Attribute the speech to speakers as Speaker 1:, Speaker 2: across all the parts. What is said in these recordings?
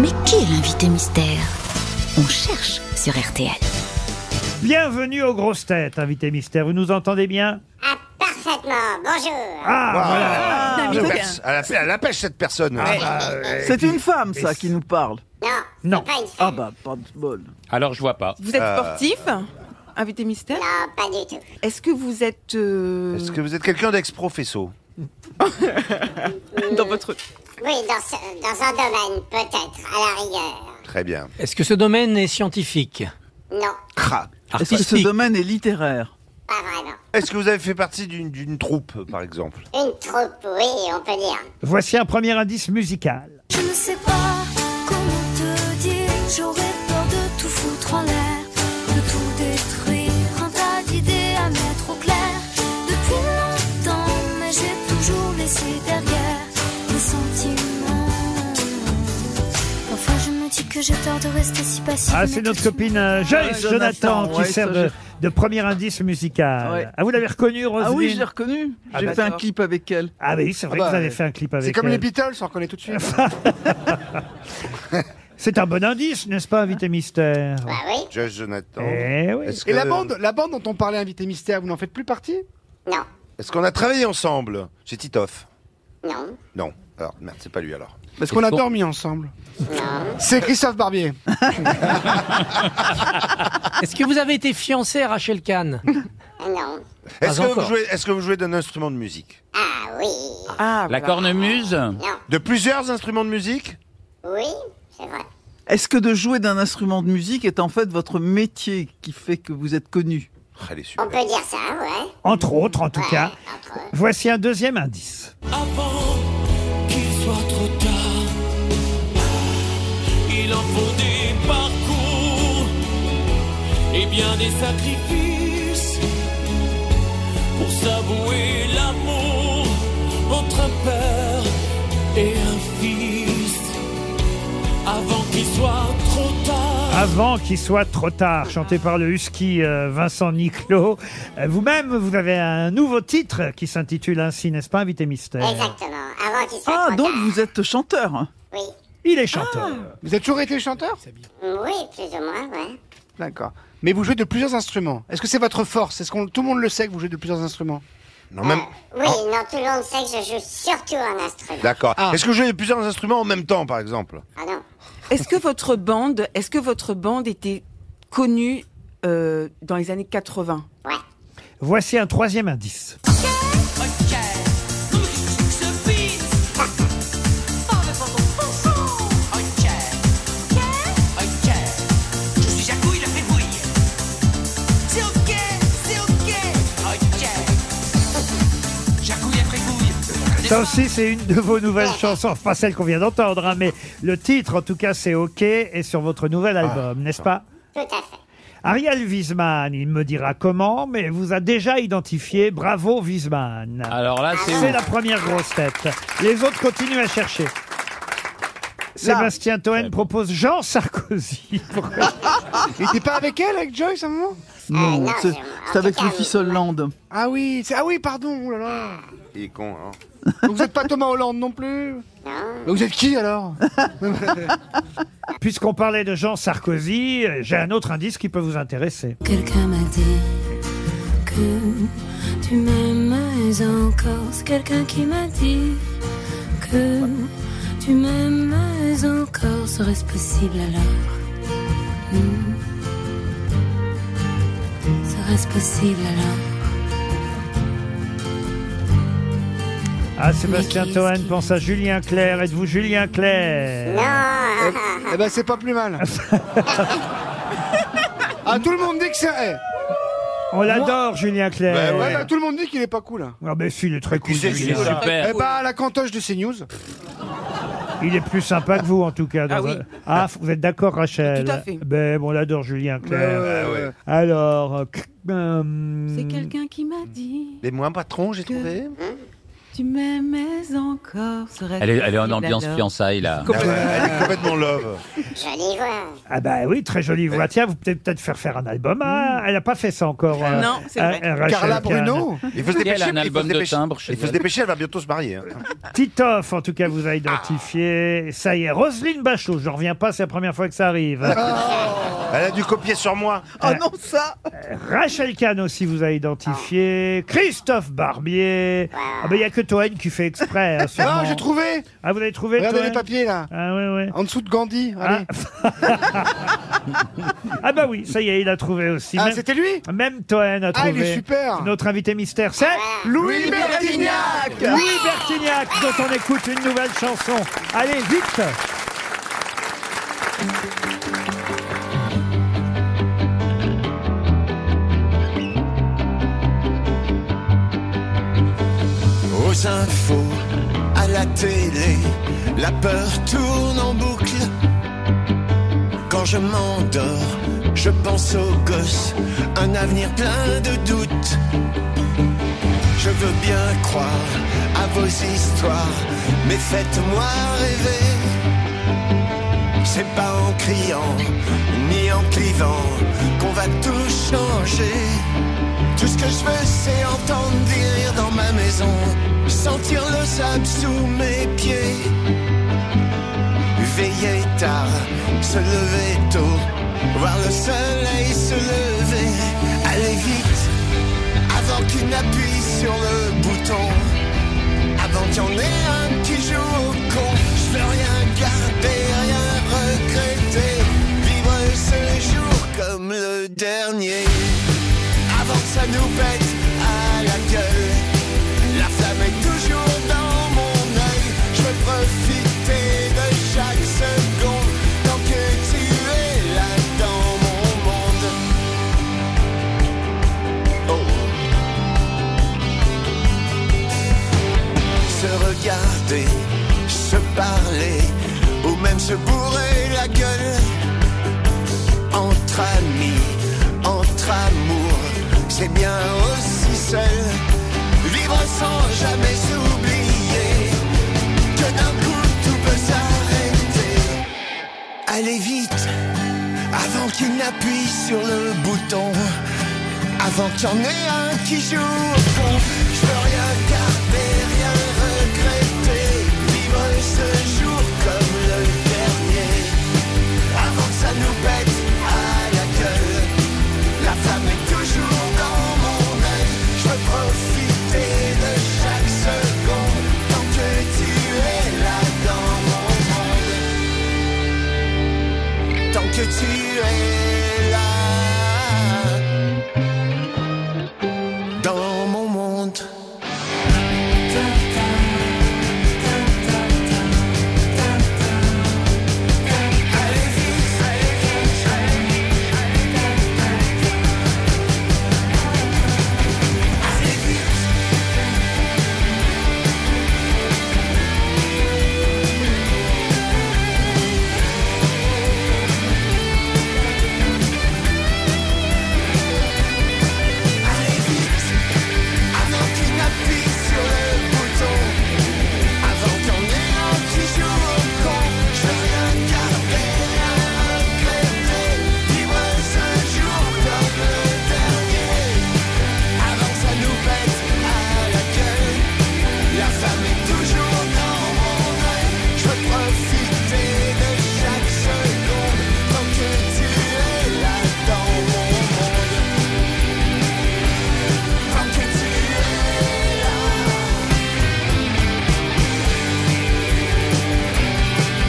Speaker 1: Mais qui est l'invité mystère On cherche sur RTL.
Speaker 2: Bienvenue aux grosses têtes, invité mystère. Vous nous entendez bien
Speaker 3: Ah, parfaitement, bonjour.
Speaker 2: Ah,
Speaker 4: Ah,
Speaker 5: Ah,
Speaker 4: je
Speaker 5: mais
Speaker 4: perce- elle, a fait- elle la pêche cette personne.
Speaker 6: Ah,
Speaker 5: C'est une femme, ça, qui nous parle.
Speaker 3: Non,
Speaker 2: Non.
Speaker 3: c'est pas une femme.
Speaker 5: Ah bah, pas de bol.
Speaker 7: Alors je vois pas.
Speaker 4: Vous êtes sportif Invité mystère
Speaker 3: Non, pas du tout.
Speaker 4: Est-ce que vous êtes euh,
Speaker 6: Est-ce que vous êtes quelqu'un d'ex-professo
Speaker 5: Dans votre...
Speaker 3: Oui, dans, ce- dans un domaine, peut-être, à la rigueur.
Speaker 6: Très bien.
Speaker 8: Est-ce que ce domaine est scientifique
Speaker 3: Non,
Speaker 5: Est-ce que ce
Speaker 8: Artistique
Speaker 5: domaine est littéraire
Speaker 3: pas vraiment.
Speaker 6: Est-ce que vous avez fait partie d'une- d'une troupe, par exemple
Speaker 3: Une troupe, oui, on peut dire.
Speaker 2: Voici un premier indice musical.
Speaker 9: Je ne sais pas comment te dire, j'aurais peur de tout foutre en l'air, de tout détruire, un tas d'idées à mettre au clair. Depuis longtemps, mais j'ai toujours laissé derrière des sentiments. Parfois je me dis que j'ai tort de rester si patient.
Speaker 2: Ah, c'est notre copine euh, Joyce
Speaker 5: Ouais,
Speaker 2: Jonathan,
Speaker 5: Jonathan,
Speaker 2: qui
Speaker 5: ouais,
Speaker 2: sert
Speaker 5: ça,
Speaker 2: de,
Speaker 5: je-
Speaker 2: de premier indice musical.
Speaker 5: Ouais.
Speaker 2: Ah, vous l'avez reconnu, Roselyne
Speaker 5: Ah oui, je l'ai reconnue.
Speaker 2: Ah
Speaker 5: J'ai
Speaker 2: bah,
Speaker 5: fait un
Speaker 4: d'accord.
Speaker 5: clip avec elle.
Speaker 2: Ah oui, c'est vrai
Speaker 7: Ah bah,
Speaker 2: que vous avez fait un clip avec
Speaker 7: C'est comme
Speaker 2: elle.
Speaker 7: les Beatles, on reconnaît tout de
Speaker 6: Ah,
Speaker 7: suite.
Speaker 2: C'est un bon indice, n'est-ce pas, invité mystère
Speaker 3: Bah oui,
Speaker 6: Josh Jonathan.
Speaker 2: Eh oui.
Speaker 6: Est-ce
Speaker 7: Et la
Speaker 6: que-
Speaker 7: bande, la bande dont on parlait, invité mystère, vous n'en faites plus partie
Speaker 3: non,
Speaker 6: Est-ce qu'on a travaillé ensemble chez Titoff
Speaker 3: non,
Speaker 6: Non. Alors, merde, c'est pas lui alors.
Speaker 7: Parce qu'on a dormi ensemble.
Speaker 3: non.
Speaker 7: C'est Christophe Barbier.
Speaker 8: Est-ce que vous avez été fiancé à Rachel Kahn
Speaker 3: Non.
Speaker 7: Ah,
Speaker 6: Est-ce que,
Speaker 8: Pas
Speaker 6: vous
Speaker 8: encore.
Speaker 6: jouez- est-ce que vous jouez d'un instrument de musique
Speaker 3: Ah oui,
Speaker 4: Ah,
Speaker 10: La
Speaker 4: voilà.
Speaker 10: cornemuse
Speaker 3: non.
Speaker 6: De plusieurs instruments de musique
Speaker 3: Oui, c'est vrai.
Speaker 5: Est-ce que de jouer d'un instrument de musique est en fait votre métier qui fait que vous êtes connu
Speaker 6: Ah, Elle est super.
Speaker 3: On peut dire ça, ouais.
Speaker 2: Entre autres, en tout
Speaker 3: Ouais,
Speaker 2: cas.
Speaker 3: entre eux.
Speaker 2: Voici un deuxième indice.
Speaker 9: Avant qu'il soit trop tard, il en faut des parcours et bien des sacrifices pour s'avouer l'amour entre un père et un fils. Avant qu'il soit trop tard.
Speaker 2: Avant qu'il soit trop tard, chanté par le husky euh, Vincent Niclot. Euh, Vous-même, vous avez un nouveau titre qui s'intitule ainsi, n'est-ce pas, invité mystère
Speaker 3: Exactement, avant qu'il soit
Speaker 5: Euh. Ah,
Speaker 3: trop
Speaker 5: donc
Speaker 3: tard.
Speaker 5: vous êtes chanteur hein
Speaker 3: Oui,
Speaker 2: Il est chanteur.
Speaker 10: Vous avez toujours été chanteur
Speaker 3: oui, plus ou moins, ouais.
Speaker 10: D'accord. Mais vous jouez de plusieurs instruments. Est-ce que c'est votre force Est-ce qu'on tout le monde le sait que vous jouez de plusieurs instruments
Speaker 6: Non, même.
Speaker 3: Euh, oui,
Speaker 5: Ah.
Speaker 3: non, tout le monde sait que je joue surtout un instrument.
Speaker 6: D'accord. Est-ce que vous jouez plusieurs instruments en même temps, par exemple
Speaker 3: Ah non,
Speaker 4: Est-ce que votre bande, est-ce que votre bande était connue euh, dans les années 80
Speaker 3: ouais.
Speaker 2: Voici un troisième indice. Ça aussi, c'est une de vos nouvelles chansons. Pas celle qu'on vient d'entendre, hein, mais le titre, en tout cas, c'est OK et sur votre nouvel album, n'est-ce pas
Speaker 3: Tout à fait.
Speaker 2: Ariel Wiesman, il me dira comment, mais vous a déjà identifié. Bravo Wiesman.
Speaker 10: Alors là,
Speaker 2: C'est la première grosse tête. Les autres continuent à chercher. Sébastien Toen propose Jean Sarkozy. Pourquoi
Speaker 10: Il était pas avec elle, avec Joyce, à un moment
Speaker 5: Non,
Speaker 3: non,
Speaker 5: c'est
Speaker 3: c'est- en
Speaker 5: c'est avec
Speaker 3: tout cas,
Speaker 5: le fils
Speaker 3: oui.
Speaker 5: Hollande.
Speaker 10: Ah oui, c'est- ah oui, pardon, oh là là.
Speaker 6: Il est con, hein
Speaker 10: Donc vous êtes pas Thomas Hollande non plus
Speaker 3: Non,
Speaker 10: Donc vous êtes qui alors
Speaker 2: Puisqu'on parlait de Jean Sarkozy, euh, j'ai un autre indice qui peut vous intéresser.
Speaker 9: Quelqu'un m'a dit que tu m'aimes encore. C'est quelqu'un qui m'a dit que tu m'aimes encore. Serait-ce possible alors Hmm. Serait-ce possible alors
Speaker 2: Ah, Sébastien
Speaker 9: Mais qu'est-ce
Speaker 2: Toen
Speaker 9: qu'il-
Speaker 2: pense à Julien Clerc. Êtes-vous Julien Clerc
Speaker 3: non,
Speaker 10: Eh ben c'est pas plus mal. ah tout le monde dit que c'est. eh,
Speaker 2: On l'adore, Julien Clerc.
Speaker 7: Ben
Speaker 6: Ouais,
Speaker 10: ouais, bah, tout le monde dit qu'il est pas cool.
Speaker 2: Ah, mais si, il est très cool.
Speaker 6: c'est
Speaker 2: Julien.
Speaker 6: celui-là
Speaker 10: Eh bah la cantoche de CNews.
Speaker 2: Il est plus sympa que vous, en tout cas. dans
Speaker 4: Ah oui.
Speaker 2: un- Ah, f- vous êtes d'accord, Rachel
Speaker 4: Tout à fait.
Speaker 2: Ben, bon, on l'adore, Julien Clerc.
Speaker 6: Euh,
Speaker 2: Alors, euh, cr- euh,
Speaker 4: C'est quelqu'un qui m'a dit.
Speaker 6: Les moins patrons, j'ai trouvé.
Speaker 4: Tu m'aimais encore. serait-ce
Speaker 11: Elle est, elle est en
Speaker 4: possible
Speaker 11: ambiance
Speaker 4: alors
Speaker 11: fiançailles, là.
Speaker 6: Ah Elle est complètement love.
Speaker 3: Jolie voix.
Speaker 2: Ah bah oui, très jolie voix. Tiens, vous pouvez peut-être faire faire un album. Ah, elle n'a pas fait ça encore. euh,
Speaker 4: Hmm. Non, c'est
Speaker 2: euh,
Speaker 4: vrai.
Speaker 2: euh, Rachel
Speaker 7: Carla
Speaker 2: Kahn.
Speaker 7: Bruno
Speaker 6: Il faut se
Speaker 11: Elle a
Speaker 6: dépêcher.
Speaker 11: un
Speaker 6: il faut se
Speaker 11: album de
Speaker 6: dépêcher.
Speaker 11: timbre chez
Speaker 6: Il faut se
Speaker 11: elle.
Speaker 6: dépêcher, elle va bientôt se marier. hein.
Speaker 2: Titoff, en tout cas, vous a identifié. Ça y est, Roselyne Bachelot, je reviens pas, c'est la première fois que ça arrive.
Speaker 6: Elle a dû copier sur moi.
Speaker 5: Ah non, ça
Speaker 2: Rachel Kahn aussi vous a identifié.
Speaker 7: Ah.
Speaker 2: Christophe Barbier. Ah ben, il n'y a que Toen qui fait exprès. hein, sûrement.
Speaker 7: Ah, j'ai trouvé
Speaker 2: Ah, vous l'avez trouvé,
Speaker 7: Regardez
Speaker 2: Toen
Speaker 7: les papiers là.
Speaker 2: Ah ouais, ouais.
Speaker 7: En dessous de Gandhi.
Speaker 2: Ah.
Speaker 7: Allez.
Speaker 2: ah bah oui, ça y est, il a trouvé aussi.
Speaker 7: Ah,
Speaker 2: Même-
Speaker 7: c'était lui
Speaker 2: Même Toen a trouvé.
Speaker 7: Ah, il est super Ah,
Speaker 2: Notre invité mystère, c'est
Speaker 7: Louis Bertignac
Speaker 2: Louis Bertignac, dont on écoute une nouvelle chanson. Allez, vite
Speaker 10: Aux infos, à la télé, la peur tourne en boucle. Quand je m'endors, je pense aux gosses, un avenir plein de doutes. Je veux bien croire à vos histoires, mais faites-moi rêver. C'est pas en criant, ni en clivant, qu'on va tout changer. Tout ce que je veux, c'est entendre des rires dans ma maison, sentir le sable sous mes pieds. Veiller tard, se lever tôt, voir le soleil se lever. Allez vite, avant qu'il n'appuie sur le bouton, avant qu'il y en ait un qui joue au con. Je veux rien garder, rien regretter, vivre ce jour comme le dernier avant que ça nous pète à la gueule. La flamme est toujours dans mon œil. Je veux profiter de chaque seconde tant que tu es là dans mon monde. Oh. Se regarder, se parler ou même se bourrer la gueule entre amis, entre amour, c'est bien aussi seul. Vivre sans jamais s'oublier que d'un coup tout peut s'arrêter. Allez vite, avant qu'il n'appuie sur le bouton, avant qu'il y en ait un qui joue au fond. Je veux rien garder, rien regretter, vivre ce jour comme le dernier avant que ça nous pète à la gueule. La flamme est toujours dans mon œil. Je veux profiter de chaque seconde tant que tu es là dans mon monde. Tant que tu es là dans mon monde. Avant qu'il n'appuie sur le bouton Avant qu'on ait un petit jour au con Je veux rien garder, rien regretter Vivre ce jour comme le dernier Avant que ça nous pète à la gueule La femme est toujours dans mon œil Je veux profiter de chaque seconde Tant que tu es là dans mon monde Tant que tu es là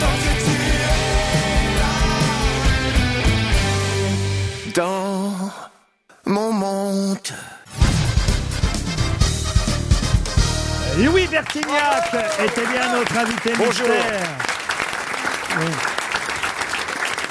Speaker 10: Tant que tu es là Dans mon monde
Speaker 2: Louis Bertignac était bien notre invité
Speaker 6: Bonjour.
Speaker 2: mystère.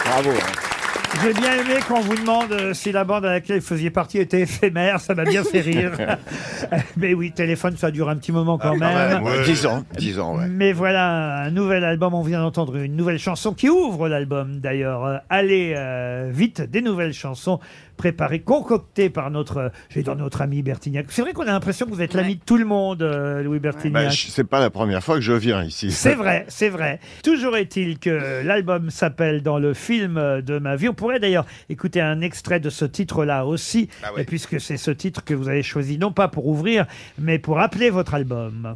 Speaker 6: Bravo.
Speaker 11: hein.
Speaker 2: J'ai bien aimé qu'on vous demande euh, si la bande à laquelle vous faisiez partie était éphémère, ça m'a bien fait rire. Euh, Mais oui, téléphone, ça dure un petit moment
Speaker 6: Ah,
Speaker 2: quand même.
Speaker 6: 10 ans. 10 ans, ouais.
Speaker 2: Mais voilà un nouvel album, on vient d'entendre une nouvelle chanson qui ouvre l'album d'ailleurs. Euh, Allez euh, vite, des nouvelles chansons préparé, concocté par notre, euh, j'ai dans notre ami Bertignac. C'est vrai qu'on a l'impression que vous êtes l'ami de tout le monde, euh, Louis Bertignac.
Speaker 11: Bah, je- c'est pas la première fois que je viens ici.
Speaker 2: C'est vrai, c'est vrai. Toujours est-il que l'album s'appelle Dans le film de ma vie. On pourrait d'ailleurs écouter un extrait de ce titre-là aussi,
Speaker 11: Ah
Speaker 2: et puisque c'est ce titre que vous avez choisi, non pas pour ouvrir, mais pour appeler votre album.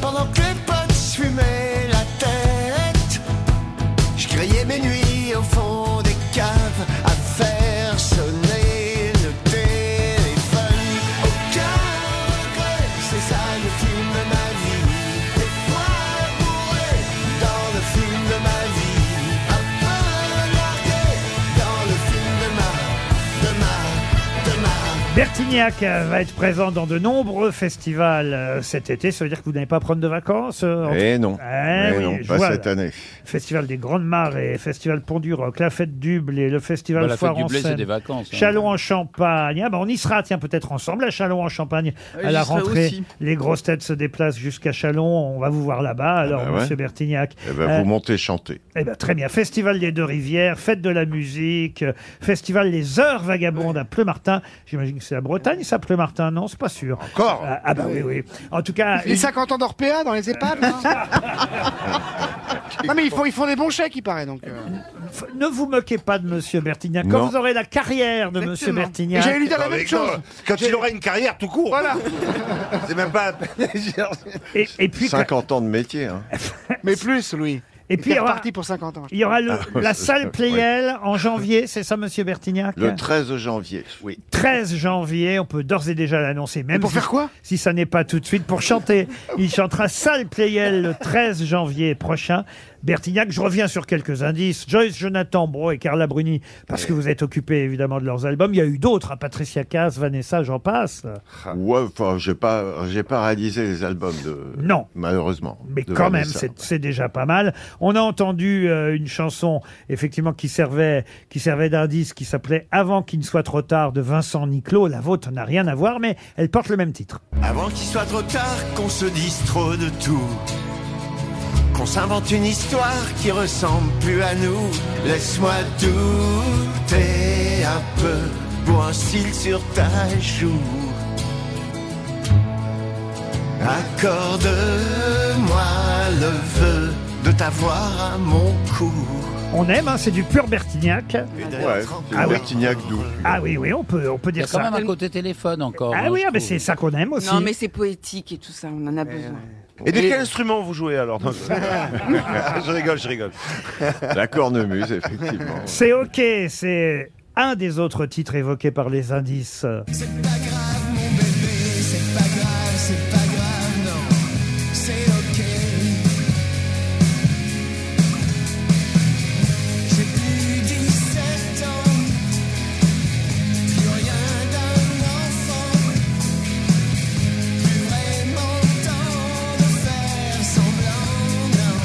Speaker 10: Pendant que les potes se fumaient la tête, je criais mes nuits au fond des caves à faire sonner le téléphone. Au cœur, c'est ça le film de ma vie. Des fois bourré dans le film de ma vie. Un peu largué dans le film de ma, de ma, de ma.
Speaker 2: Bertignac euh, va être présent dans de nombreux festivals euh, cet été. Ça veut dire que vous n'allez pas prendre de vacances euh, en-
Speaker 11: Eh non.
Speaker 2: Eh
Speaker 11: Eh
Speaker 2: oui,
Speaker 11: non,
Speaker 2: je
Speaker 11: pas
Speaker 2: vois,
Speaker 11: cette
Speaker 2: là.
Speaker 11: année.
Speaker 2: Festival des Grandes Marées, Festival Pont du Roc, la Fête du Blé, le Festival
Speaker 12: Bah, la
Speaker 2: Foire
Speaker 12: Fête du
Speaker 2: en
Speaker 12: Blé, c'est
Speaker 2: Seine,
Speaker 12: des vacances, hein.
Speaker 2: Chalon en Champagne. Ah, bah, on y sera, tiens, peut-être ensemble à Chalon en Champagne.
Speaker 12: Ah,
Speaker 2: à
Speaker 12: j'y
Speaker 2: la
Speaker 12: serai
Speaker 2: rentrée,
Speaker 12: aussi.
Speaker 2: les grosses têtes se déplacent jusqu'à Chalon. On va vous voir là-bas, alors,
Speaker 11: bah ouais.
Speaker 2: monsieur Bertignac.
Speaker 11: Eh ben,
Speaker 2: Euh,
Speaker 11: vous montez chanter.
Speaker 2: eh ben, très bien. Festival des Deux Rivières, Fête de la Musique, euh, Festival Les Heures Vagabondes à Pleumartin. J'imagine que c'est la Bretagne, ça, Pleumartin. Non, c'est pas sûr. Encore Ah, ah bah oui, oui. En tout cas...
Speaker 7: Les
Speaker 2: une-
Speaker 7: 50 ans d'Orpea dans les EHPAD non Non mais ils font, ils font des bons chèques il paraît donc. euh.
Speaker 2: F- Ne vous moquez pas de Monsieur Bertignac. Quand
Speaker 7: Non.
Speaker 2: vous aurez la carrière de Monsieur
Speaker 7: Exactement.
Speaker 2: Bertignac.
Speaker 7: J'allais lui dire la Non, même mais quand- chose.
Speaker 6: Quand il aura une carrière tout court.
Speaker 7: Voilà.
Speaker 6: C'est même pas.
Speaker 2: et, et puis,
Speaker 11: 50 ans de métier. hein.
Speaker 7: Mais plus Louis.
Speaker 2: Et
Speaker 7: Il
Speaker 2: puis, il y
Speaker 7: est
Speaker 2: aura-
Speaker 7: reparti pour 50 ans.
Speaker 2: il y aura le-
Speaker 11: Ah, oui,
Speaker 2: la
Speaker 11: c'est
Speaker 2: salle
Speaker 11: ça,
Speaker 2: Playel en janvier, c'est ça, Monsieur Bertignac
Speaker 11: Le 13 janvier, oui.
Speaker 2: 13 janvier, on peut d'ores et déjà l'annoncer. Même
Speaker 7: pour
Speaker 2: si,
Speaker 7: faire quoi
Speaker 2: Si ça n'est pas tout de suite, pour chanter. Il chantera Salle Playel le 13 janvier prochain. Bertignac, je reviens sur quelques indices. Joyce Jonathan Bro et Carla Bruni, parce que vous êtes occupés évidemment de leurs albums. Il y a eu d'autres, hein, Patricia Cass, Vanessa, j'en passe.
Speaker 11: Ouais, enfin, j'ai pas, j'ai pas réalisé les albums de.
Speaker 2: Non.
Speaker 11: Malheureusement.
Speaker 2: Mais
Speaker 11: de
Speaker 2: quand même,
Speaker 11: Vanessa.
Speaker 2: c'est c'est déjà pas mal. On a entendu euh, une chanson, effectivement, qui servait, qui servait d'indice, qui s'appelait Avant qu'il ne soit trop tard de Vincent Niclot. La vôtre n'a rien à voir, mais elle porte le même titre.
Speaker 10: Avant qu'il soit trop tard, qu'on se dise trop de tout. Qu'on s'invente une histoire qui ressemble plus à nous. Laisse-moi douter un peu pour un cil sur ta joue. Accorde-moi le vœu de t'avoir à mon cou.
Speaker 2: On aime, hein, c'est du pur Bertignac.
Speaker 11: Ouais, c'est
Speaker 2: Ah oui.
Speaker 11: Bertignac doux.
Speaker 2: Ah oui, oui, on peut, on peut
Speaker 12: Il y a
Speaker 2: dire
Speaker 12: quand
Speaker 2: ça.
Speaker 12: même un côté téléphone encore.
Speaker 2: Ah
Speaker 12: hein,
Speaker 2: oui,
Speaker 12: je
Speaker 2: ah, mais
Speaker 12: trouve.
Speaker 2: c'est ça qu'on aime aussi.
Speaker 4: Non, mais c'est poétique et tout ça, on en
Speaker 7: Eh,
Speaker 4: a besoin.
Speaker 6: Et de quel instrument vous jouez alors Je rigole, je rigole.
Speaker 11: La cornemuse, effectivement.
Speaker 2: C'est OK, c'est un des autres titres évoqués par les indices.
Speaker 10: C'est pas grave, c'est pas grave, non, c'est ok. J'ai plus 17 ans, plus rien d'un enfant, plus vraiment temps de faire semblant, non.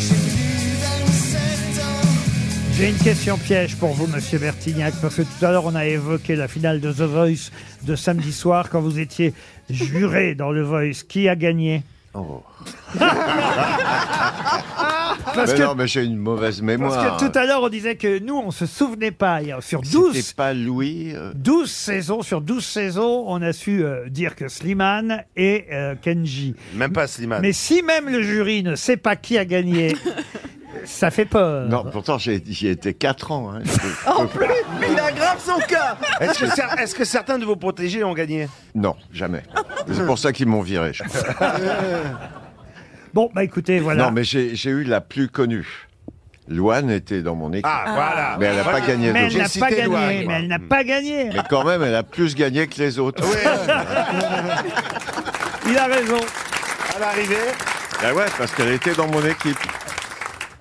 Speaker 10: J'ai plus 27 ans.
Speaker 2: J'ai une question piège pour vous, monsieur Bertignac, parce que tout à l'heure, on a évoqué la finale de The Voice de samedi soir quand vous étiez juré dans le Voice. Qui a gagné
Speaker 11: Oh.
Speaker 2: Parce
Speaker 11: mais
Speaker 2: que-
Speaker 11: non, mais j'ai une mauvaise mémoire.
Speaker 2: Parce que tout à l'heure, on disait que nous, on se souvenait pas. Et euh, Sur
Speaker 11: C'était
Speaker 2: 12,
Speaker 11: pas Louis. euh,
Speaker 2: 12 saisons, sur 12 saisons, on a su euh, dire que Slimane et euh, Kenji.
Speaker 6: Même pas
Speaker 11: Ah.
Speaker 6: Slimane.
Speaker 2: Mais si même le jury ne sait pas qui a gagné, ça fait peur.
Speaker 11: Non, pourtant j'ai- j'y étais 4 ans. hein.
Speaker 5: En plus, il aggrave son cas.
Speaker 6: Est-ce que, cer- est-ce que certains de vos protégés ont gagné
Speaker 11: Non, jamais. C'est pour ça qu'ils m'ont viré. je crois.
Speaker 2: Bon, bah écoutez, voilà.
Speaker 11: Non, mais j'ai j'ai eu la plus connue. Loane était dans mon équipe.
Speaker 6: Ah, voilà.
Speaker 11: Mais elle n'a pas gagné
Speaker 2: Mais
Speaker 11: de
Speaker 2: elle n'a pas gagné, mais elle n'a pas gagné.
Speaker 11: Mais quand même, elle a plus gagné que les autres.
Speaker 2: Il a raison.
Speaker 6: À l'arrivée,
Speaker 11: Ah ouais, parce qu'elle était dans mon équipe.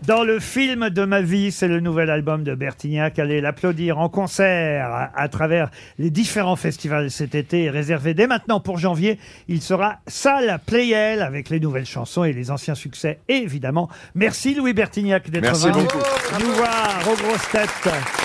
Speaker 2: Dans le film de ma vie, c'est le nouvel album de Bertignac. Allez l'applaudir en concert à, à travers les différents festivals cet été. Et Réservé dès maintenant pour janvier, il sera salle Playel avec les nouvelles chansons et les anciens succès, évidemment. Merci Louis Bertignac d'être
Speaker 11: Merci
Speaker 2: venu
Speaker 11: beaucoup.
Speaker 2: nous voir aux grosses têtes.